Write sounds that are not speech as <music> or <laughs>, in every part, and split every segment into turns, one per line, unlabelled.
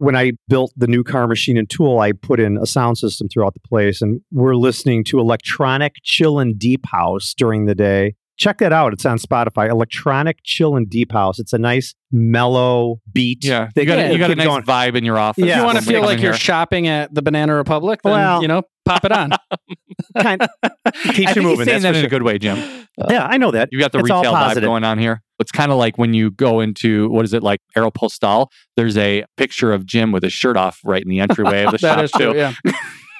when I built the new car machine and tool, I put in a sound system throughout the place, and we're listening to electronic chill and deep house during the day. Check that out. It's on Spotify. Electronic chill and deep house. It's a nice mellow beat.
Yeah,
They
you got,
get
a,
the
you got a
kid
nice
going.
vibe in your office.
Yeah.
you want
when
to feel
we
like
come
you're
here.
shopping at the Banana Republic, then
Well-
you know, pop it on.
kind
I <laughs>
keeps you
think he's
moving. That's
saying that in
for
a good way, Jim.
sure. Yeah, I know that.
<laughs> You got the
It's all
retail vibe
positive.
going on here. It's kind of like when you go into what is it like Aeropostal? There's a picture of Jim with his shirt off right in the entryway <laughs> of the
That
shop
is
too.
true. Yeah,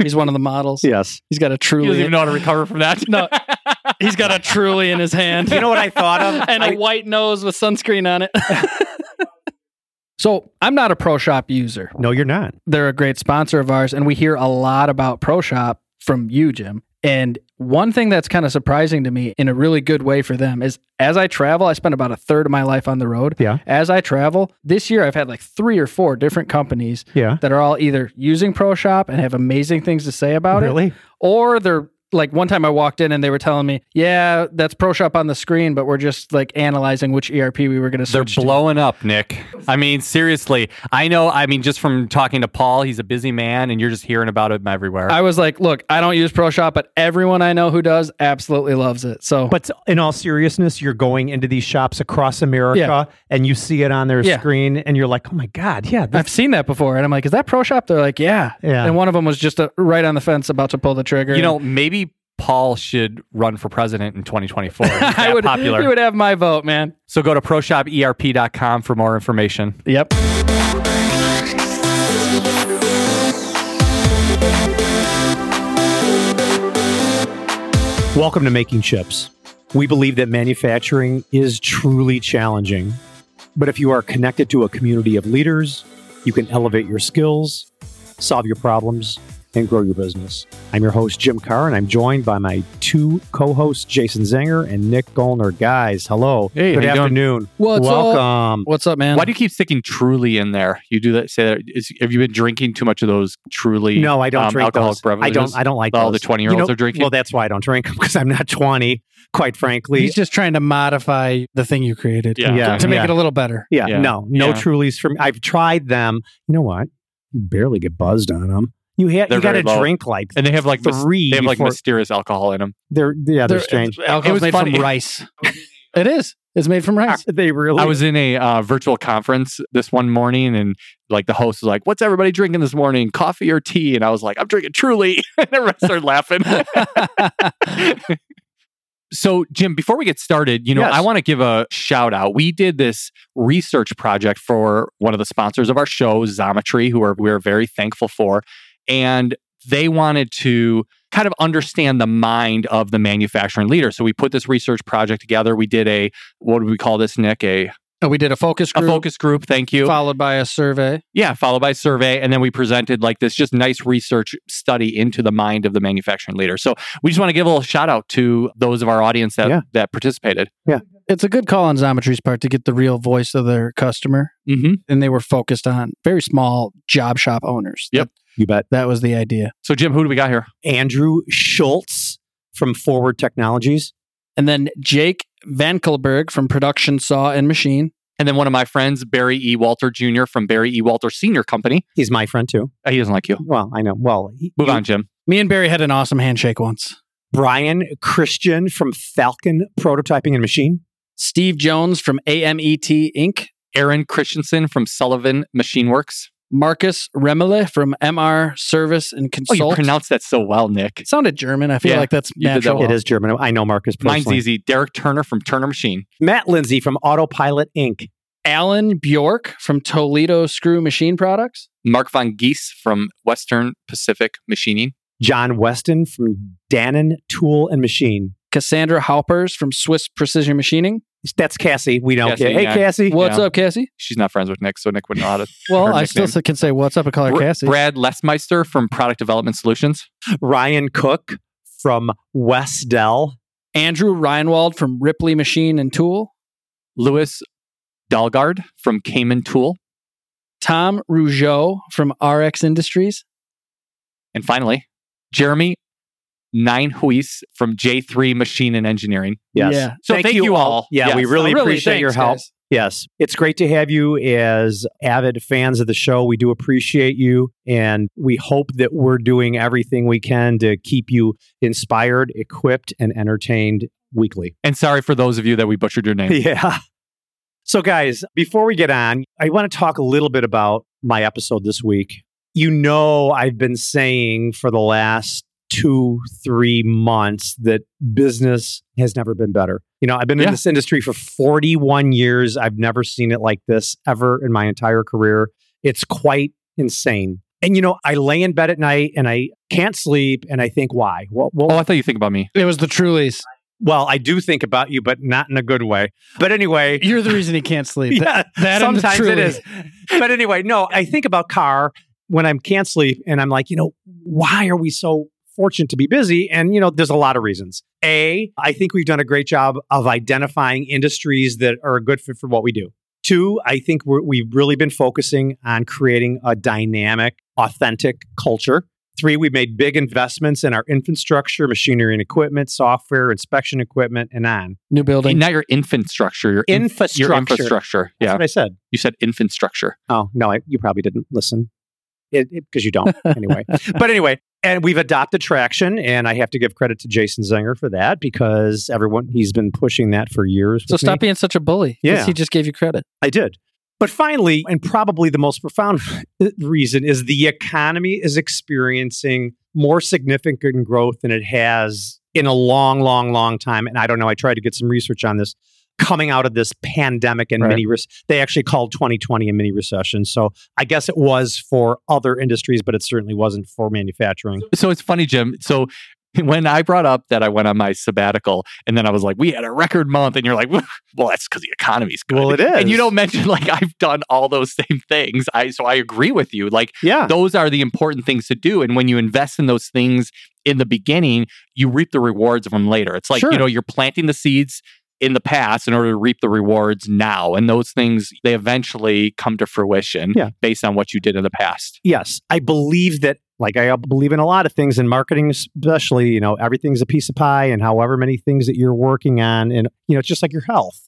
he's one of the models.
Yes.
He's got a
He doesn't
truly.
even know how to recover from that. <laughs>
No. he's got a truly in his hand. <laughs>
You know what I thought
<laughs>
of?
and
I-
a white nose with sunscreen
<laughs>
on it. so I'm not a Pro Shop user.
No, you're not.
They're a great sponsor of ours, and we hear a lot about Pro Shop from you, Jim. And one thing that's kind of surprising to me in a really good way for them is as I travel, I spend about a third of my life on the road.
Yeah.
As I travel, this year I've had like three or four different companies
Yeah.
that are all either using Pro Shop and have amazing things to say about it,
really?
or they're like one time I walked in and they were telling me, "Yeah, that's Pro Shop on the screen, but we're just like analyzing which ERP we were going to
They're
switch." to."
blowing up, Nick. I mean, seriously. I know. I mean, just from talking to Paul, he's a busy man, and you're just hearing about him everywhere.
I was like, "Look, I don't use Pro Shop, but everyone I know who does absolutely loves it." So,
But in all seriousness, you're going into these shops across America
Yeah.
and you see it on their
Yeah.
screen and you're like, oh my God, yeah. This,
I've seen that before, and I'm like, "Is that Pro Shop?" They're like, "Yeah."
Yeah.
And one of them was just a, right on the fence, about to pull the trigger.
you know, maybe Paul should run for president in <laughs> 2024. He's
I
that
would.
popular.
You would have my vote, man.
so go to E proshoperp.com for more information.
Yep.
Welcome to Making Chips. We believe that manufacturing is truly challenging. But if you are connected to a community of leaders, you can elevate your skills, solve your problems, and grow your business. I'm your host, Jim Carr, and I'm joined by my two co hosts, Jason Zenger and Nick Golner. Guys, hello.
Hey,
Good
how you doing?
afternoon.
What's up?
Welcome.
What's up, man?
Why do you keep sticking truly in there? You do that. Say that. Is, have you been drinking too much of those truly?
No, I don't
um,
drink
alcoholic
those. I don't.
beverages?
I don't like
All the
those.
20-year-olds are drinking?
Well, that's why I don't drink them because I'm not 20. Quite frankly,
He's just trying to modify the thing you created.
Yeah.
Yeah.
To make it a little better.
yeah,
Yeah.
no, no
Yeah.
Trulies for me. I've tried them. You know what? You barely get buzzed on them. You ha-
They're
you got to
very low.
drink like
and they have like mys-
three.
they have like
before-
mysterious alcohol in them.
they're yeah, they're,
They're-
strange.
<laughs> It was
Alcohol's made
funny.
from
<laughs>
rice. it is. It's made from rice.
They really.
ah, I was in a uh, virtual conference this one morning, and like the host was like, "What's everybody drinking this morning? Coffee or tea?" And I was like, "I'm drinking Truly," <laughs> and everyone started laughing. So, Jim, before we get started, you know,
Yes.
I want to give a shout out. We did this research project for one of the sponsors of our show, Zometry, who are we're very thankful for, and they wanted to kind of understand the mind of the manufacturing leader. So we put this research project together. We did a what do we call this, Nick? A,
And we did a focus
a
group
focus group. Thank you.
followed by a survey.
Yeah, followed by survey. And then we presented like this just nice research study into the mind of the manufacturing leader. So we just want to give a little shout out to those of our audience that,
Yeah.
that participated.
It's a good call on Zometry's part to get the real voice of their customer.
Mm-hmm.
And they were focused on very small job shop owners.
Yep.
you bet.
That, that was the idea.
So, Jim, who do we got here?
Andrew Schultz from Forward Technologies.
And then Jake Vankelberg from Production Saw and Machine.
And then one of my friends, Barry E. Walter Jr. from Barry E. Walter Sr. Company.
He's my friend too.
Uh, He doesn't like you.
Well, I know. Well, he-
Move
you-
on, Jim.
Me and Barry had an awesome handshake once.
Brian Christian from Falcon Prototyping and Machine.
Steve Jones from AMET Inc.
Aaron Christensen from Sullivan Machine Works.
Marcus Remele from MR Service and
Oh,
Consult.
you pronounced that so well, Nick.
it sounded German. I feel
Yeah,
like that's
you did that
natural.
well.
It is German. I know Marcus.
Oh, Mine's
personally.
easy. Derek Turner from Turner Machine.
Matt Lindsay from Autopilot Inc.
Alan Bjork from Toledo Screw Machine Products.
Mark Von Geese from Western Pacific Machining.
John Weston from Dannon Tool and Machine.
Cassandra Halpers from Swiss Precision Machining.
That's Cassie. We don't
Cassie,
care. Hey,
yeah.
Cassie.
What's
Yeah.
up, Cassie?
She's not friends with Nick, so Nick wouldn't know how <laughs> to.
Well,
Her
I still
nickname.
can say what's up and call her
Br-
Cassie.
Brad Lesmeister from Product Development Solutions.
Ryan Cook from West Dell.
Andrew Reinwald from Ripley Machine and Tool.
Louis Dalgard from Cayman Tool.
Tom Rougeau from RX Industries.
And finally, Jeremy Nine Huis from J3 Machine and Engineering.
Yes.
Yeah.
So thank you all.
Yeah,
Yes.
we really, appreciate your
Oh, thanks,
help.
guys.
Yes. It's great to have you as avid fans of the show. We do appreciate you. And we hope that we're doing everything we can to keep you inspired, equipped, and entertained weekly.
And sorry for those of you that we butchered your name.
<laughs> Yeah. So, guys, before we get on, I want to talk a little bit about my episode this week. You know, I've been saying for the last two, three months that business has never been better. You know, I've been
Yeah.
in this industry for 41 years. I've never seen it like this ever in my entire career. It's quite insane. And, you know, I lay in bed at night and I can't sleep and I think, why? What, what,
<laughs> Oh, I thought you think about me.
It was the Trulies.
Well, I do think about you, but not in a good way. But anyway,
You're the reason he can't
<laughs>
sleep.
<laughs> yeah,
that and the
sometimes it
Truly.
is. But anyway, no, I think about car when I'm can't sleep and I'm like, you know, why are we so fortunate to be busy? And, you know, there's a lot of reasons. A, I think we've done a great job of identifying industries that are a good fit for what we do. Two, I think we're, we've really been focusing on creating a dynamic, authentic culture. Three, we've made big investments in our infrastructure, machinery and equipment, software, inspection equipment, and on.
New building.
Not your infrastructure. Your inf-
Infrastructure.
Your infrastructure.
That's
Yeah.
what I said.
You said infrastructure.
Oh no, I, you probably didn't listen because you
<laughs>
don't anyway. but anyway, and we've adopted traction, and I have to give credit to Jason Zenger for that because everyone he's been pushing that for years.
So
with me.
stop being such a bully. 'cause
Yeah.
He just gave you credit.
I did. But finally, and probably the most profound <laughs> reason is the economy is experiencing more significant growth than it has in a long, long, long time. And I don't know. I tried to get some research on this coming out of this pandemic and
Right.
mini. Re- they actually called 2020 a mini recession. So I guess it was for other industries, but it certainly wasn't for manufacturing.
So it's funny, Jim. So <laughs> when I brought up that I went on my sabbatical and then I was like, we had a record month, and you're like, well, <laughs> that's because the economy's good.
Well, it is.
And you don't mention like <laughs> I've done all those same things. I so I agree with you. Like
Yeah.
<laughs> those are the important things to do. And when you invest in those things in the beginning, you reap the rewards of them later. It's like,
Sure.
you know, you're planting the seeds in the past in order to reap the rewards now. And those things, they eventually come to fruition
Yeah.
based on what you did in the past.
Yes, I believe that. Like I uh, believe in a lot of things in marketing, especially you know everything's a piece of pie, and however many things that you're working on, and you know it's just like your health.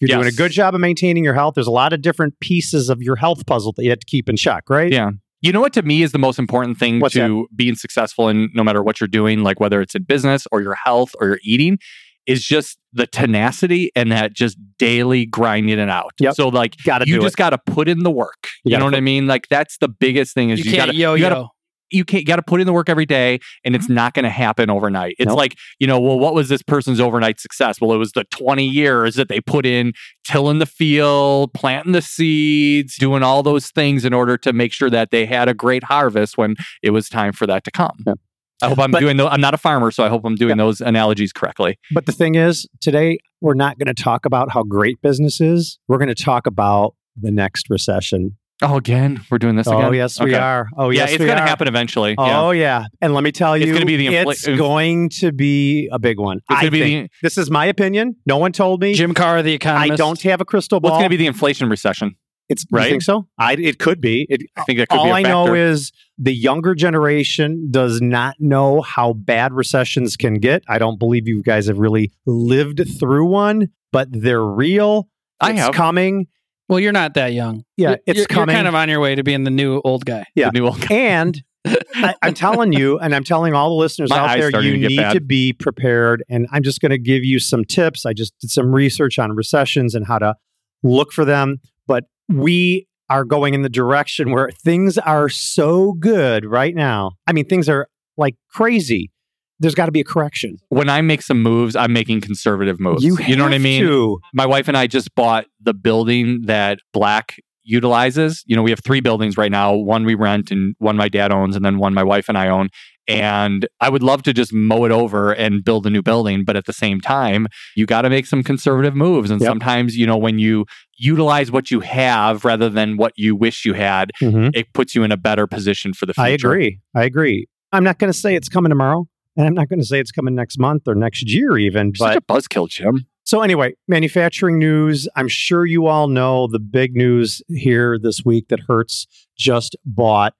If you're doing a
Yes.
good job of maintaining your health, there's a lot of different pieces of your health puzzle that you have to keep in check, right?
Yeah. You know what to me is the most important thing
What's
to being successful in no matter what you're doing, like whether it's in business or your health or your eating, is just the tenacity and that just daily grinding it out.
Yep.
So like
got to
you
do
just got to put in the work.
You
You,
gotta
know what I mean? Like that's the biggest thing is
You
you,
can't
gotta
yo
you gotta
yo. Mm-hmm.
you can't got to put in the work every day, and it's not going to happen overnight. It's
Nope.
like you know, well, what was this person's overnight success? Well, it was the twenty years that they put in tilling the field, planting the seeds, doing all those things in order to make sure that they had a great harvest when it was time for that to come.
Yeah.
I hope I'm
But-
doing. tho- I'm not a farmer, so I hope I'm doing those analogies correctly.
it. But the thing is, today we're not going to talk about how great business is. We're going to talk about the next recession.
Oh, again, we're doing this again.
Oh yes, we
Okay.
are. Oh
Yeah,
yes,
it's
we
going to
are.
happen eventually. yeah.
Oh yeah, and let me tell you,
It's gonna be the infl-
it's going to be a big one.
It's
I
going to be
think.
the,
This is my opinion. No one told me.
Jim Carr, the economist.
I don't have a crystal ball.
what's going to be the inflation recession.
It's
right?
You think so? I it could be. It,
I think that could be
all
a
I
factor.
know is the younger generation does not know how bad recessions can get. I don't believe you guys have really lived through one, but they're real.
I
it's
have.
coming.
Well, you're not that young.
Yeah,
You're-
it's
you're,
coming.
You're kind of on your way to being the new old guy.
yeah.
The new old
and I, I'm telling you, and I'm telling all the listeners
<laughs> My
out
eye's
there,
starting
you
to get
need
bad.
to be prepared. And I'm just going to give you some tips. I just did some research on recessions and how to look for them. But we are going in the direction where things are so good right now. I mean, things are like crazy. There's got to be a correction.
when I make some moves, I'm making conservative moves. You, know what I
have
mean?
to.
My wife and I just bought the building that Black utilizes. You know, we have three buildings right now one we rent, and one my dad owns, and then one my wife and I own. And I would love to just mow it over and build a new building. But at the same time, you got to make some conservative moves. And
Yep.
sometimes, you know, when you utilize what you have rather than what you wish you had,
Mhm.
it puts you in a better position for the future.
I agree. I agree. I'm not going to say it's coming tomorrow. And I'm not going to say it's coming next month or next year, even. But
Such a buzzkill, Jim.
So, anyway, manufacturing news. I'm sure you all know the big news here this week that Hertz just bought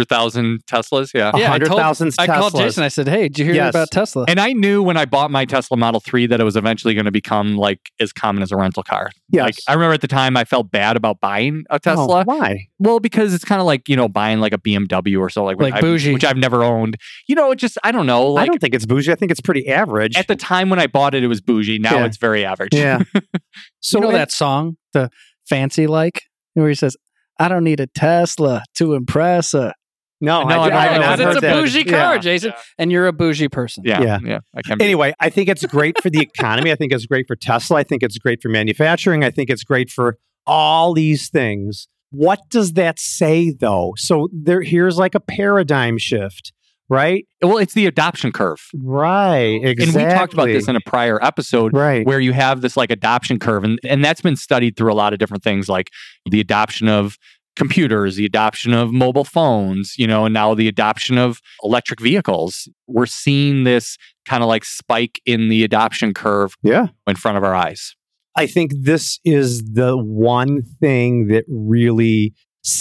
100,000 Teslas. Yeah.
Yeah, I told-
100,000 Teslas.
I called Jason. I said, "Hey, did you hear
Yes.
about Tesla?"
And I knew when I bought my Tesla Model 3 that it was eventually going to become like as common as a rental car.
Yes.
Like I remember at the time I felt bad about buying a Tesla.
Oh, why?
Well, because it's kind of like, you know, buying like a BMW or so like which
Like
I-
bougie.
which I've never owned. You know, it just I don't know,
I
like
don't think it's bougie. I think it's pretty average.
at the time when I bought it it was bougie, now
Yeah.
it's very average.
<laughs>
<laughs>
yeah.
<laughs>
So
you know
it-
that song, the fancy like, where he says, "I don't need a Tesla to impress a,"
No,
No,
I,
I've-
I,
I've
have not
not
because
heard
it's a
that.
bougie
Yeah.
car, Jason,
Yeah.
and you're a bougie person.
Yeah.
Yeah.
Yeah. I can't be-
Anyway, I think it's great
<laughs>
for the economy. I think it's great for Tesla. I think it's great for manufacturing. I think it's great for all these things. What does that say though? So there here's like a paradigm shift, right?
Well, it's the adoption curve.
Right. Exactly.
And we talked about this in a prior episode.
right.
where you have this like adoption curve and, and that's been studied through a lot of different things like the adoption of computers the adoption of mobile phones you know and now the adoption of electric vehicles we're seeing this kind of like spike in the adoption curve
Yeah.
in front of our eyes
I think this is the one thing that really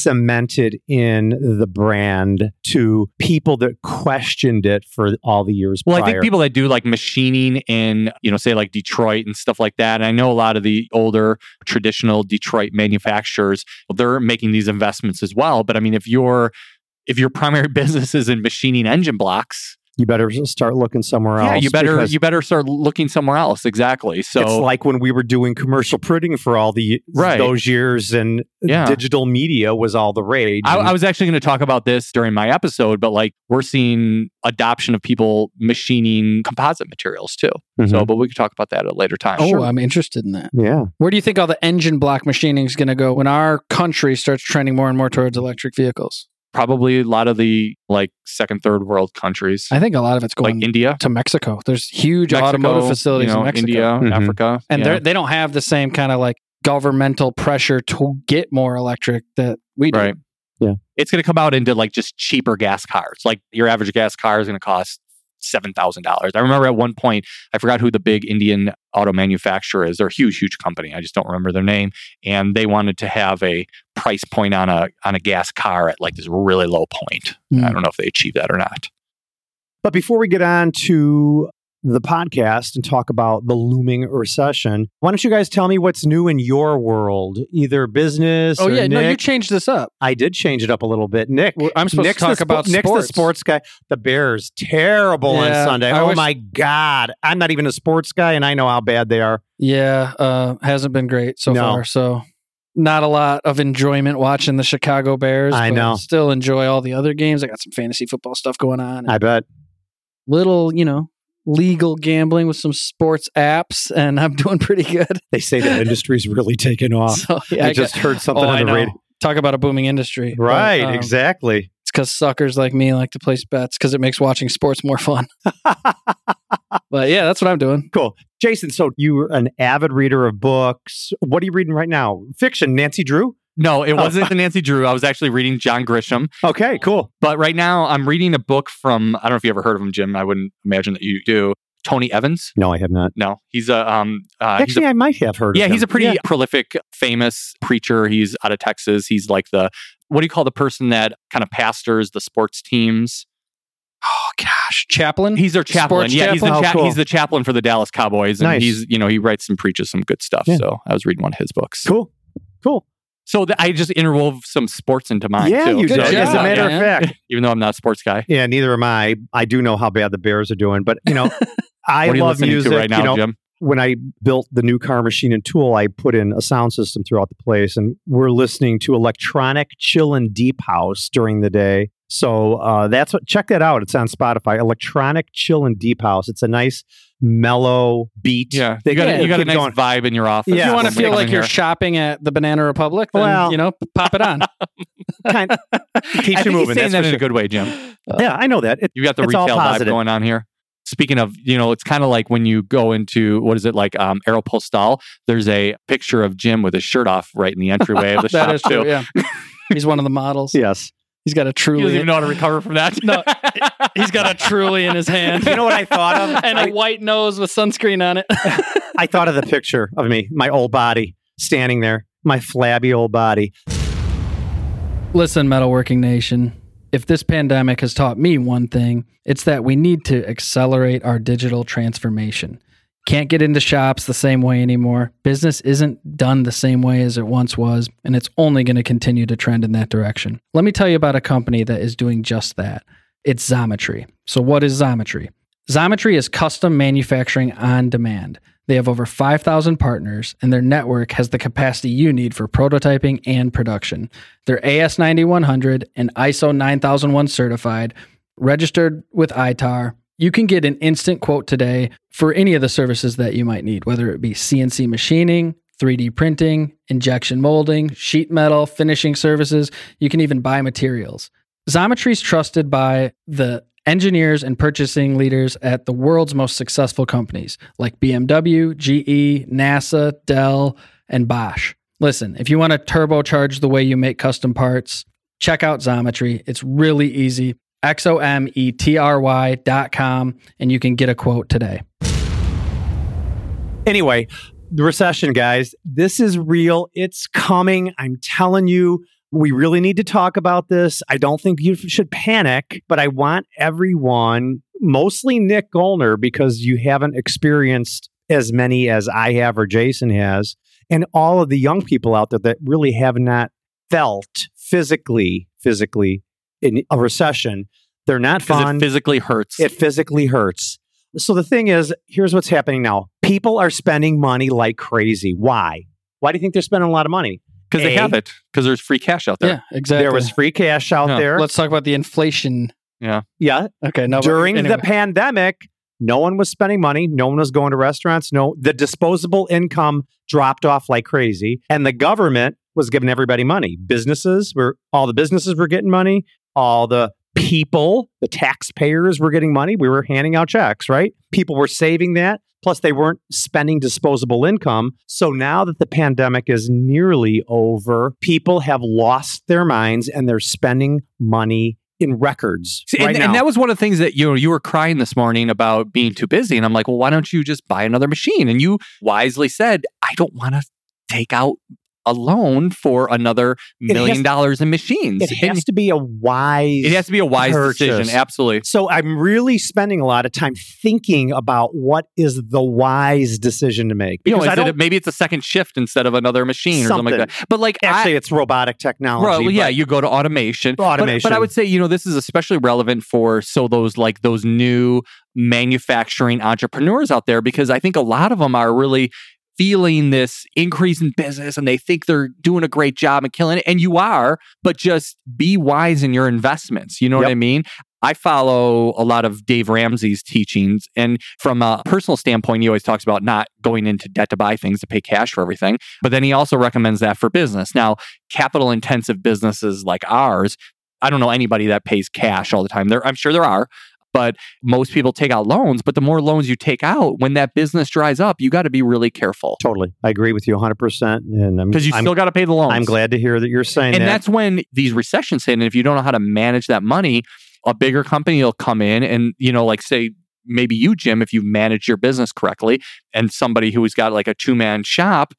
cemented in the brand to people that questioned it for all the years
well i
prior.
think people that do like machining in you know say like detroit and stuff like that and i know a lot of the older traditional detroit manufacturers they're making these investments as well but i mean if your if your primary <laughs> business is in machining engine blocks
you better start looking somewhere else.
Yeah, you better
because
you better start looking somewhere else. Exactly. So
it's like when we were doing commercial printing for all the
Right.
those years, and
Yeah.
digital media was all the rage.
I,
and
I was actually going to talk about this during my episode, but like we're seeing adoption of people machining composite materials too. So,
Mm-hmm.
Mhm.
but we could talk about that at a later time.
Oh,
Sure.
I'm interested in that.
yeah,
Where do you think all the engine block machining is going to go when our country starts trending more and more towards electric vehicles?
Probably a lot of the like second, third world countries,
I think a lot of it's
like
going
India,
to Mexico. There's huge
Mexico,
automotive facilities
you know,
in Mexico. Mm-hmm.
India,
Mhm.
Africa,
And
yeah.
they're they don't have the same kind of like governmental pressure to get more electric that we do.
Right.
Yeah.
It's going to come out into like just cheaper gas cars. Like your average gas car is going to cost $7,000. I remember at one point, I forgot who the big Indian auto manufacturer is. They're a huge, huge company. I just don't remember their name. And they wanted to have a price point on a, on a gas car at like this really low point. I
Mm.
don't know if they achieved that or not.
But before we get on to the podcast and talk about the looming recession, why don't you guys tell me what's new in your world, either business?
Oh
or
yeah, no, you
Nick?
changed this up.
I did change it up a little bit. Nick,
Well, I'm supposed
Nick's
to
the
talk
spo-
about
Nick's
sports.
the sports guy. The Bears terrible
Yeah,
on Sunday.
I
oh
wish-
my God, I'm not even a sports guy, and I know how bad they are.
Yeah, uh, hasn't been great so
No.
far. So not a lot of enjoyment watching the Chicago Bears.
I
but
know.
Still enjoy all the other games. I got some fantasy football stuff going on.
I bet.
little, you know, legal gambling with some sports apps, and I'm <laughs> doing pretty good.
They say
<laughs>
that industry's really taken off.
So yeah,
I,
I
just
got-
heard something
Oh, I
on the
know.
radio.
talk about a booming industry. But,
Right,
um,
exactly.
It's because suckers like me like to place bets because it makes watching sports
<laughs>
more fun. But yeah, that's what I'm doing.
cool. Jason, so you're an avid reader of books. What are you reading right now? Fiction, Nancy Drew?
No, it wasn't Nancy Drew. I was actually reading John Grisham.
Okay, cool.
But right now, I'm reading a book from, I don't know if you ever heard of him, Jim. I wouldn't imagine that you do. Tony Evans.
No, I have not.
No, he's a um. Uh, he's a-
Actually, I might have heard
yeah,
of him.
he's a pretty
Yeah.
prolific, famous preacher. He's out of Texas. He's like the what do you call the person that kind of pastors the sports teams?
Oh gosh, Chaplin.
He's their chaplain.
Sports
yeah, he's the
Mm-hmm. chaplain? Oh,
cha-
cool.
he's the chaplain for the Dallas Cowboys, and
Nice.
he's you know he writes and preaches some good stuff.
Yeah.
So I was reading one of his books.
Cool. Cool.
So th- I just interwove some sports into mine.
yeah,
too.
you
Good
did. As a
job,
matter
man.
of fact.
<laughs> Even though I'm not a sports guy.
Yeah, neither am I. I do know how bad the Bears are doing, but you
<laughs>
know, I
what are you
love
listening
music.
to right now,
you know,
Jim?
when I built the new car machine and tool, I put in a sound system throughout the place, and we're listening to electronic chill and deep house during the day. So uh, that's what. Check that out. It's on Spotify. Electronic chill and deep house. It's a nice mellow beat.
Yeah,
they
you got,
got,
a- you got a nice
going.
vibe in your office.
Yeah.
if you want to
when we
feel
come
like
in
you're
here.
shopping at the Banana Republic, then
Well-
you know, pop it on.
kind of
I
keeps you
think he's
moving.
saying
That's
that
for
in a
sure.
good way, Jim.
Yeah, I know that. It,
You got the
It's all
retail vibe
positive.
going on here. Speaking of, you know, it's kind of like when you go into what is it like um Aeropostal, there's a picture of Jim with his shirt off right in the entryway of <laughs> the shop
That is
too.
true. Yeah, he's one of the models.
yes.
He's got a
He doesn't
truly.
even know how to recover from that. <laughs>
No. <laughs> He's got a truly in his hand.
<laughs> You know what I thought
<laughs>
of?
and
I-
a white nose with sunscreen on it.
I thought of the picture of me, my old body standing there, my flabby old body.
Listen, Metalworking Nation, if this pandemic has taught me one thing, it's that we need to accelerate our digital transformation. Can't get into shops the same way anymore. Business isn't done the same way as it once was, and it's only going to continue to trend in that direction. Let me tell you about a company that is doing just that. It's Zometry. So, what is Zometry? Zometry is custom manufacturing on demand. They have over 5,000 partners, and their network has the capacity you need for prototyping and production. They're AS9100 and ISO 9001 certified, registered with ITAR. You can get an instant quote today for any of the services that you might need, whether it be CNC machining, 3D printing, injection molding, sheet metal, finishing services. You can even buy materials. Xometry is trusted by the engineers and purchasing leaders at the world's most successful companies like BMW, GE, E, NASA, Dell, and Bosch. Listen, if you want to turbocharge the way you make custom parts, check out Xometry. It's really easy. E X-O-M-E-T-R-Y dot com, and you can get a quote today.
Anyway, the recession, guys, this is real. It's coming. I'm telling you, we really need to talk about this. I don't think you should panic, but I want everyone, mostly Nick Golner, because you haven't experienced as many as I have or Jason has, and all of the young people out there that really have not felt physically, physically in a recession. They're not
because it
fond.
physically hurts.
It physically hurts. So the thing is, here's what's happening now. People are spending money like crazy. Why? Why do you think they're spending a lot of money?
Because they
A.
have it. Because there's free cash out there.
Yeah, exactly.
There was free cash out
Yeah.
there.
Let's talk about the inflation.
yeah.
Okay, no. but
During
anyway.
the pandemic, no one was spending money. No one was going to restaurants. No, the disposable income dropped off like crazy. And the government was giving everybody money. Businesses were, all the businesses were getting money. All the people, the taxpayers were getting money. We were handing out checks, right? People were saving that. Plus, they weren't spending disposable income. So now that the pandemic is nearly over, people have lost their minds and they're spending money in records.
See, and,
right now.
and that was one of the things that you know you were crying this morning about being too busy, and I'm like, well, why don't you just buy another machine? And you wisely said, I don't want to take out a loan for another million
has-
dollars in machines.
It
And
has to be a wise.
it has to be a wise decision,
purchase.
absolutely.
so I'm really spending a lot of time thinking about what is the wise decision to make.
You know,
Because I
instead
don't
of- maybe it's a second shift instead of another machine or something like
Something.
that. But like, I,
actually it's robotic technology.
Well, yeah,
but
you go to automation. But- But,
Automation.
I would say, you know, this is especially relevant for so those like those new manufacturing entrepreneurs out there because I think a lot of them are really feeling this increase in business and they think they're doing a great job and killing it. And you are, but just be wise in your investments. You know what
Yep.
I mean? I follow a lot of Dave Ramsey's teachings. And from a personal standpoint, he always talks about not going into debt to buy things to pay cash for everything. But then he also recommends that for business. Now, capital intensive businesses like ours, I don't know anybody that pays cash all the time. There, I'm sure there are, but most people take out loans. But the more loans you take out, when that business dries up, you got to be really careful
totally. I agree with you 100%. And I'm,
because you
I'm,
still got to pay the loans.
I'm glad to hear that you're saying
And
that.
that's when these recessions hit. And if you don't know how to manage that money, a bigger company will come in and, you know, like say, maybe you, Jim, if you manage your business correctly and somebody who's got like a two man shop,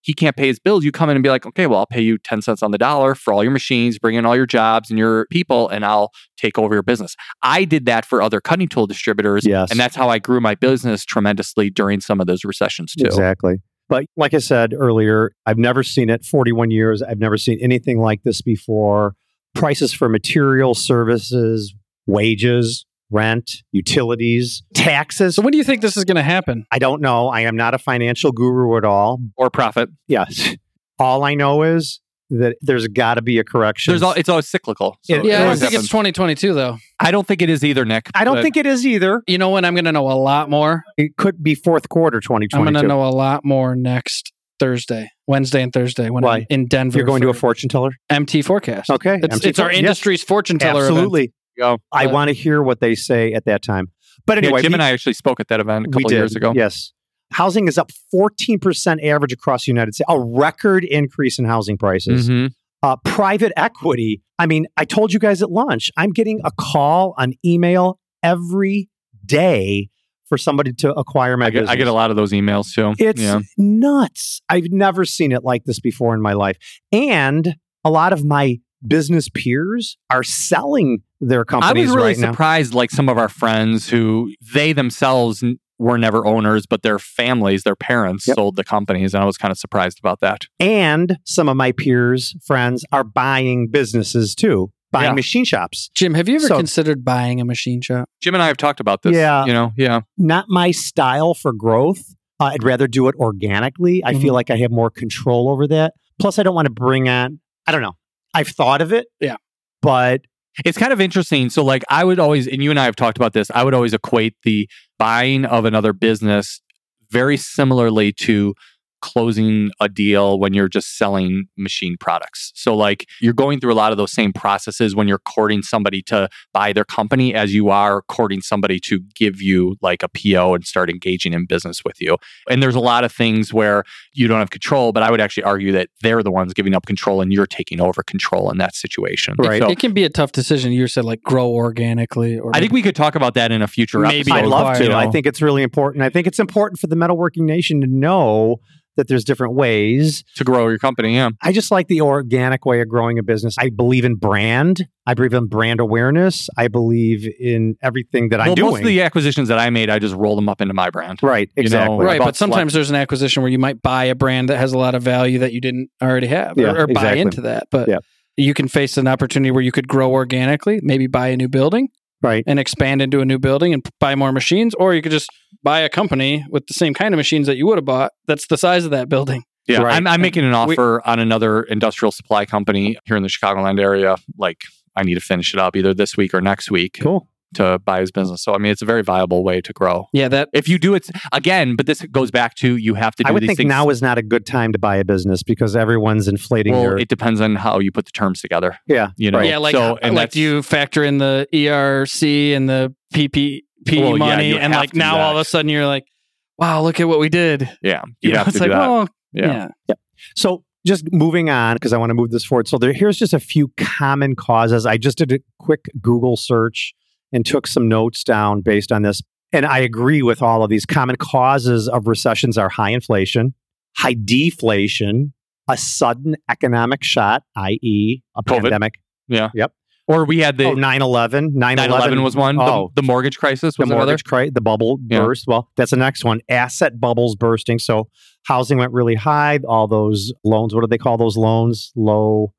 he can't pay his bills. You come in and be like, okay, well, I'll pay you 10 cents on the dollar for all your machines, bring in all your jobs and your people, and I'll take over your business. I did that for other cutting tool distributors.
Yes.
And that's how I grew my business tremendously during some of those recessions, too.
Exactly. But like I said earlier, I've never seen it 41 years. I've never seen anything like this before. Prices for material services, wages, rent, utilities, taxes.
so when do you think this is going to happen?
I don't know. I am not a financial guru at all.
Or profit.
Yes. All I know is that there's got to be a correction.
There's all, it's always cyclical. So
It-
it
Yeah,
Yeah, I
I
don't
always
don't
think
happens.
it's 2022 though.
I don't think it is either, Nick.
I don't
but-
think it is either.
You know when I'm going to know a lot more?
It could be fourth quarter 2022.
I'm going to know a lot more next Thursday, Wednesday, and Thursday when
Why?
I'm in Denver.
You're going to a Oh,
for
fortune teller?
MT forecast.
Okay.
It's,
MC
it's our
Yes,
industry's fortune teller. event.
absolutely.
Go.
I
But-
want to hear what they say at that time. But
Yeah,
anyway,
Jim
we-
and I actually spoke at that event a
we
couple
did,
years ago.
Yes. Housing is up 14% average across the United States, a record increase in housing prices.
Mhm.
Uh, private equity. I mean, I told you guys at lunch, I'm getting a call, an email every day for somebody to acquire my
I get,
business.
I get a lot of those emails too.
It's
yeah.
nuts. I've never seen it like this before in my life. And a lot of my business peers are selling their
I
companies
was really
right now.
surprised, like some of our friends who they themselves n- were never owners, but their families, their parents
Yep.
sold the companies. And I was kind of surprised about that.
And some of my peers, friends are buying businesses too, buying
Yeah.
machine shops.
Jim, have you ever
So-
considered buying a machine shop?
Jim and I have talked about this.
Yeah.
You know, yeah.
Not my style for growth. Uh, I'd rather do it organically. I
Mm-hmm.
feel like I have more control over that. Plus, I don't want to bring on, I don't know. I've thought of it.
Yeah.
But
It's kind of interesting. So, like, I would always, and you and I have talked about this, I would always equate the buying of another business very similarly to closing a deal when you're just selling machine products. So, like, you're going through a lot of those same processes when you're courting somebody to buy their company as you are courting somebody to give you like a PO and start engaging in business with you. And there's a lot of things where you don't have control, but I would actually argue that they're the ones giving up control and you're taking over control in that situation.
Right.
So-
It can be a tough decision. You said like grow organically, or
I think we could talk about that in a future
Maybe
episode.
I'd love to.
you know.
I think it's really important. I think it's important for the metalworking nation to know that there's different ways.
to grow your company. Yeah.
I just like the organic way of growing a business. I believe in brand. I believe in brand awareness. I believe in everything that
well,
I'm doing.
most of the acquisitions that I made, I just rolled them up into my brand.
right,
you know,
exactly.
right.
about
But sometimes there's an acquisition where you might buy a brand that has a lot of value that you didn't already have,
Yeah,
or, or buy
exactly.
into that. But
Yeah.
you can face an opportunity where you could grow organically, maybe buy a new building
Right.
and expand into a new building and p- buy more machines, or you could just buy a company with the same kind of machines that you would have bought. That's the size of that building.
Yeah,
Right.
I'm, I'm making an
We-
offer on another industrial supply company here in the Chicagoland area. Like, I need to finish it up either this week or next week
Cool.
to buy his business. So, I mean, it's a very viable way to grow.
Yeah, that
If you do it again, but this goes back to you have to do
I would
these
think
things.
now is not a good time to buy a business because everyone's inflating
well,
their
it depends on how you put the terms together.
yeah.
You know,
yeah, like
so, and
like
that's-
do you factor in the ERC and the PPP
Well, yeah,
money,
you
and
have
like
to do
now all of
that.
a sudden you're like, wow, look at what we did.
yeah, you have
it's
to do
like,
that.
well,
yeah.
yeah.
So just moving on because I want to move this forward. So there, here's just a few common causes. I just did a quick Google search and took some notes down based on this. And I agree with all of these common causes of recessions are high inflation, high deflation, a sudden economic shot, i.e., a
COVID.
pandemic.
or we had the
oh, 9 11. 9
9 11 was one. The-
Oh.
The, mortgage crisis was
the
another.
mortgage cri- the bubble
Yeah.
burst. Well, that's the next one. Asset bubbles bursting. So housing went really high. All those loans. What do they call those loans? Low.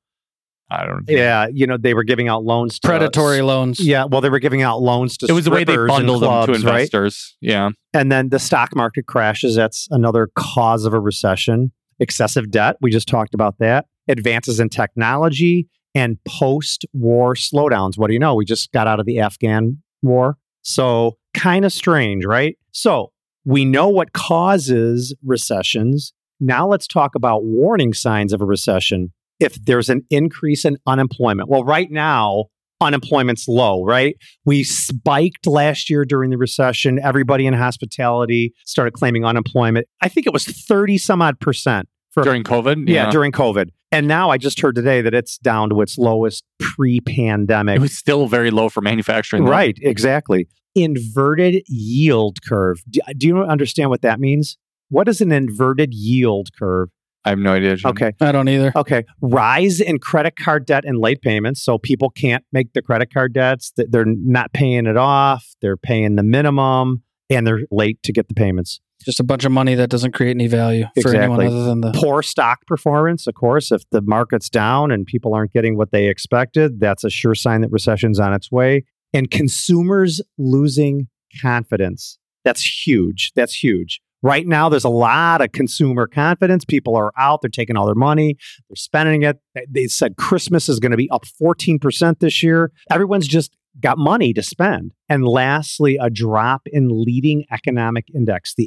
I don't know.
Yeah, you know they were giving out loans to
predatory loans.
Yeah, well, they were giving out loans to.
it was the way they
strippers and
bundled them to
clubs, right?
investors. Yeah.
And then the stock market crashes. That's another cause of a recession. Excessive debt. We just talked about that. Advances in technology and post war slowdowns. What do you know? We just got out of the Afghan war. So, kind of strange, right? So, we know what causes recessions. Now, let's talk about warning signs of a recession. If there's an increase in unemployment, well, right now, unemployment's low, right? We spiked last year during the recession. Everybody in hospitality started claiming unemployment. I think it was 30 some odd percent. For,
During COVID.
yeah, during COVID. And now I just heard today that it's down to its lowest pre pandemic.
it was still very low for manufacturing. though.
Right, exactly. Inverted yield curve. Do, do you understand what that means? What is an inverted yield curve?
I have no idea. Jim.
Okay.
I don't either.
Okay. Rise in credit card debt and late payments. So people can't make their credit card debts. Th- They're not paying it off. They're paying the minimum and they're late to get the payments.
Just a bunch of money that doesn't create any value for anyone
Exactly.
other than the
Poor stock performance, of course. If the market's down and people aren't getting what they expected, that's a sure sign that recession's on its way. And consumers losing confidence. That's huge. That's huge. Right now, there's a lot of consumer confidence. People are out, they're taking all their money, they're spending it. They- They said Christmas is going to be up 14% this year. Everyone's just got money to spend. And lastly, a drop in leading economic index, the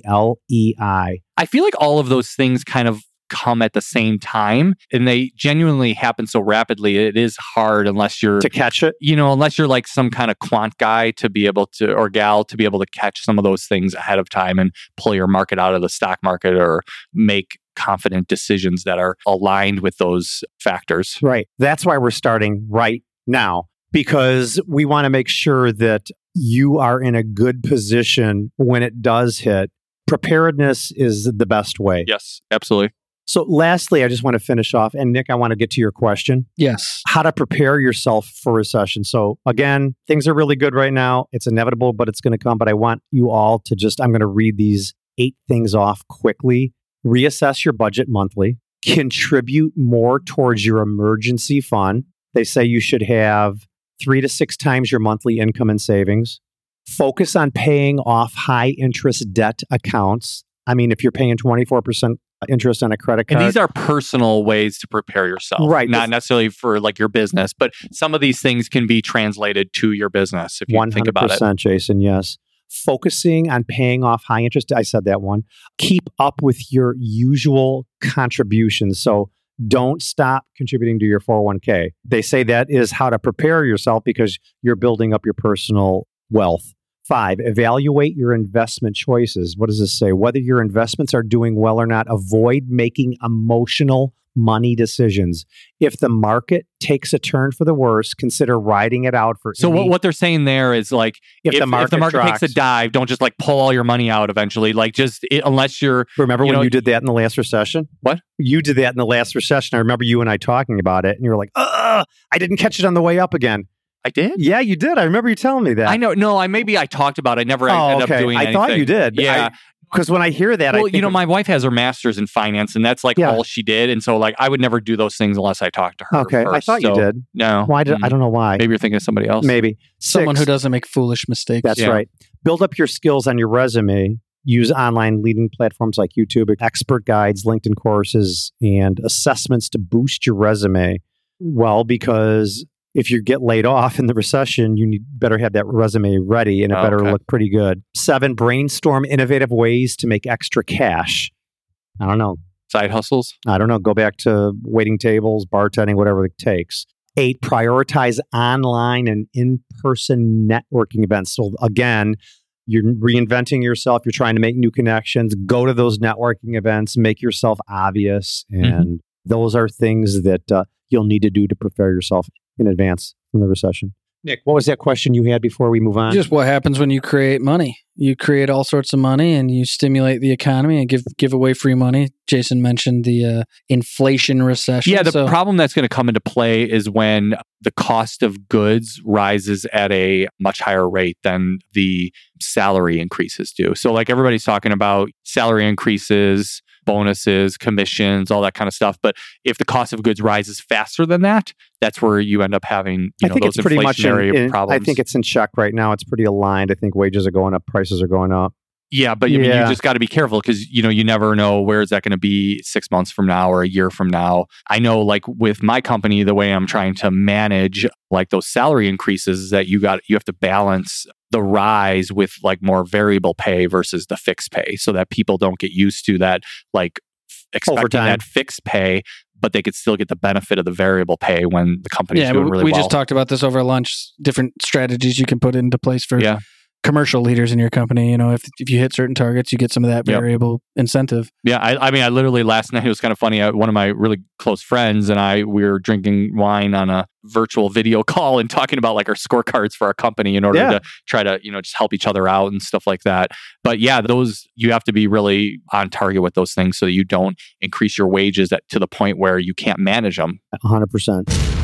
E LEI.
I feel like all of those things kind of come at the same time and they genuinely happen so rapidly. It is hard unless you're.
To catch it,
you know, unless you're like some kind of quant guy to be able to, or gal to be able to catch some of those things ahead of time and pull your market out of the stock market or make confident decisions that are aligned with those factors.
Right. That's why we're starting right now because we want to make sure that you are in a good position when it does hit. Preparedness is the best way.
Yes, absolutely.
So, lastly, I just want to finish off. And Nick, I want to get to your question
Yes.
how to prepare yourself for recession. So, again, things are really good right now. It's inevitable, but it's going to come. But I want you all to just, I'm going to read these eight things off quickly. Reassess your budget monthly, contribute more towards your emergency fund. They say you should have three to six times your monthly income and savings. Focus on paying off high interest debt accounts. I mean, if you're paying 24% interest on a credit card,
And these are personal ways to prepare yourself.
Right.
Not necessarily for like your business, but some of these things can be translated to your business if you
One
think
hundred
about it.
percent, Jason. Yes, focusing on paying off high interest. I said that one. Keep up with your usual contributions. So don't stop contributing to your 401k. They say that is how to prepare yourself because you're building up your personal wealth. Five, evaluate your investment choices. What does this say? Whether your investments are doing well or not, avoid making emotional money decisions. If the market takes a turn for the worse, consider riding it out for
So what,
any-
what they're saying there is like
if, the market, drops,
takes a dive, don't just like pull all your money out eventually. Like just it, unless you're
Remember
you
when
know,
you did that in the last recession?
What?
You did that in the last recession. I remember you and I talking about it, and you were like, "Ugh, I didn't catch it on the way up again."
I did.
Yeah, you did. I remember you telling me that.
I know. No, I maybe I talked about. It. I never
Oh,
ended
okay.
up doing.
I
anything.
thought you did.
Yeah.
because when I hear that, I
well,
think
you know,
of-
my wife has her master's in finance, and that's like
Yeah.
all she did. And so, like, I would never do those things unless I talked to her.
Okay, I
first.
thought
So,
you did.
No.
Why did
Mm.
I don't know why?
Maybe you're thinking of somebody else.
Maybe
Someone
Six,
who doesn't make foolish mistakes.
That's
Yeah.
right. Build up your skills on your resume. Use online leading platforms like YouTube, expert guides, LinkedIn courses, and assessments to boost your resume. Well, because if you get laid off in the recession, you need, better have that resume ready and it better
Okay.
look pretty good. Seven, brainstorm innovative ways to make extra cash. I don't know.
Side hustles.
I don't know, go back to waiting tables, bartending, whatever it takes. Eight, prioritize online and in person networking events. So, again, you're reinventing yourself, you're trying to make new connections, go to those networking events, make yourself obvious.
Mm-hmm.
And those are things that uh, you'll need to do to prepare yourself in advance from the recession. Nick, what was that question you had before we move on?
Just what happens when you create money. You create all sorts of money and you stimulate the economy and give give away free money. Jason mentioned the uh, inflation recession.
Yeah, the
so
problem that's going to come into play is when the cost of goods rises at a much higher rate than the salary increases do. So, like everybody's talking about salary increases, bonuses, commissions, all that kind of stuff. But if the cost of goods rises faster than that, that's where you end up having you
I
know
think
those
it's pretty much in,
inflationary
in-
problems.
I think it's in check right now. It's pretty aligned. I think wages are going up, prices are going up.
yeah, but I mean,
Yeah.
you just got to be careful because you know you never know where is that going to be six months from now or a year from now. I know, like with my company, the way I'm trying to manage like those salary increases is that you got you have to balance the rise with like more variable pay versus the fixed pay, so that people don't get used to that like f- expecting
Overtime.
that fixed pay, but they could still get the benefit of the variable pay when the company's
yeah,
doing
we,
really
we
well.
just talked about this over lunch. Different strategies you can put into place for
Yeah.
commercial leaders in your company. You know, if if you hit certain targets, you get some of that
Yep.
variable incentive.
Yeah, I, I mean, I literally last night <laughs> it was kind of funny. I, one of my really close friends and I we were drinking wine on a virtual video <laughs> call and talking about like our scorecards for our company in order
Yeah.
to try to you know just help each other out and stuff like that. But yeah, those you have to be really on target with those things so that you don't increase your wages at, to the point where you can't manage them.
100%.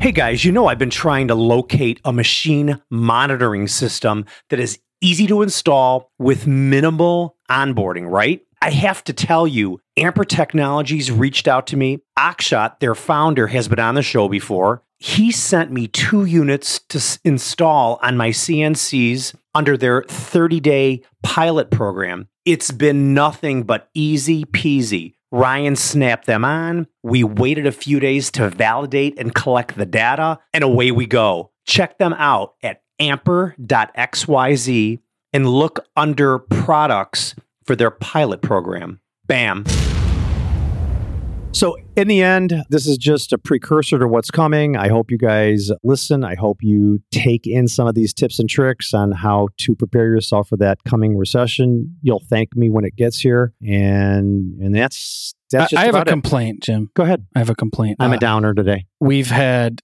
Hey guys, you know I've been trying to locate a machine monitoring system that is easy to install with minimal onboarding, right? I have to tell you, Amper Technologies reached out to me. Akshat, their founder, has been on the show before. He sent me two units to s- install on my CNCs under their 30 day pilot program. It's been nothing but easy peasy. Ryan snapped them on. We waited a few days to validate and collect the data, and away we go. Check them out at amper.xyz and look under products for their pilot program. Bam. So, in the end, this is just a precursor to what's coming. I hope you guys listen. I hope you take in some of these tips and tricks on how to prepare yourself for that coming recession. You'll thank me when it gets here. And and that's that's
I,
just
I have a
about it.
complaint, Jim.
Go ahead.
I have a complaint.
I'm
Uh,
a downer today.
we've had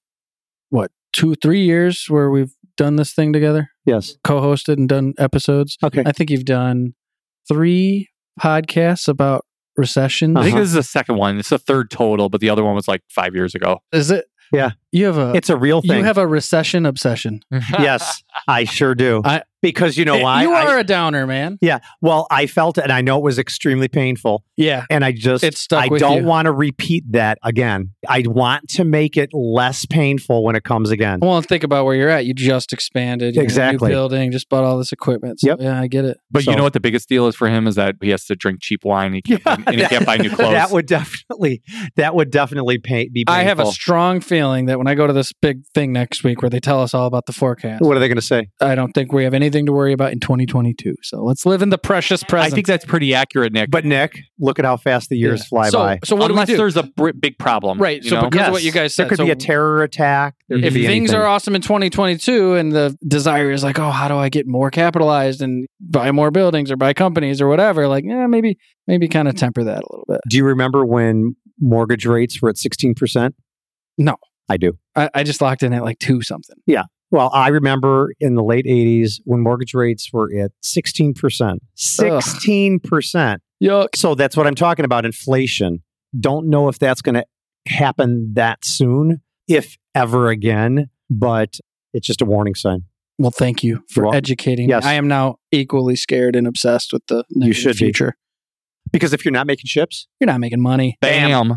what two, three years where we've done this thing together,
Yes.
Uh,
co-hosted and done episodes.
Okay.
I think you've done three podcasts about
recession.
I think
Uh-huh.
this is the second one. It's the third total, but the other one was like five years
<laughs>
ago.
Is it?
Yeah.
You have a
It's a real
you
thing.
have <laughs> a recession obsession.
yes, I sure do.
I-
because you know why?
<laughs> you
I-
are a downer, man.
yeah. Well, I felt it, and I know it was extremely painful.
Yeah.
And I just,
It stuck
I
with
don't
you.
want to repeat that again. I want to make it less painful when it comes again.
Well, think about where you're at. You just expanded. you got a new
Exactly.
building. Just bought all this equipment. So,
Yep.
Yeah, I get it.
But
So-
you know what the biggest deal is for him is that he has to drink cheap wine.
<laughs>
He can't, and he can't buy new clothes.
that would definitely, that would definitely pay, be painful.
I have a strong feeling that when I go to this big thing next week where they tell us all about the forecast,
What are they going to say?
I don't think we have anything to worry about in 2022. So let's live in the precious
I
present.
think that's pretty accurate, Nick.
But Nick, look at how fast the years
Yeah.
fly
so,
by.
So what
unless
do we do?
there's a br- big problem,
Right.
you
So
know?
because of what you guys said,
there could
so
be a terror attack. There could
if
be
things
anything.
are awesome in 2022 and the desire is like, oh, how do I get more capitalized and buy more buildings or buy companies or whatever? Like, yeah, maybe maybe kind of temper that a little bit.
Do you remember when mortgage rates were at 16%?
No.
I do.
I, I just locked in at like two something.
Well, I remember in the late 80s when mortgage rates were at 16%. 16%.
Yuck.
So that's what I'm talking about inflation. Don't know if that's going to happen that soon, if ever again, but it's just a warning sign.
Well, thank you for
welcome.
educating.
Yes.
me. I am now equally scared and obsessed with the negative
should be.
future.
Because if you're not making chips,
You're not making money.
Bam.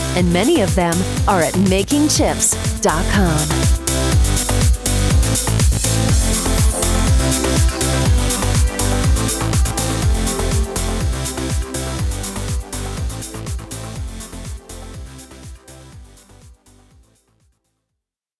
and many of them are at makingchips.com.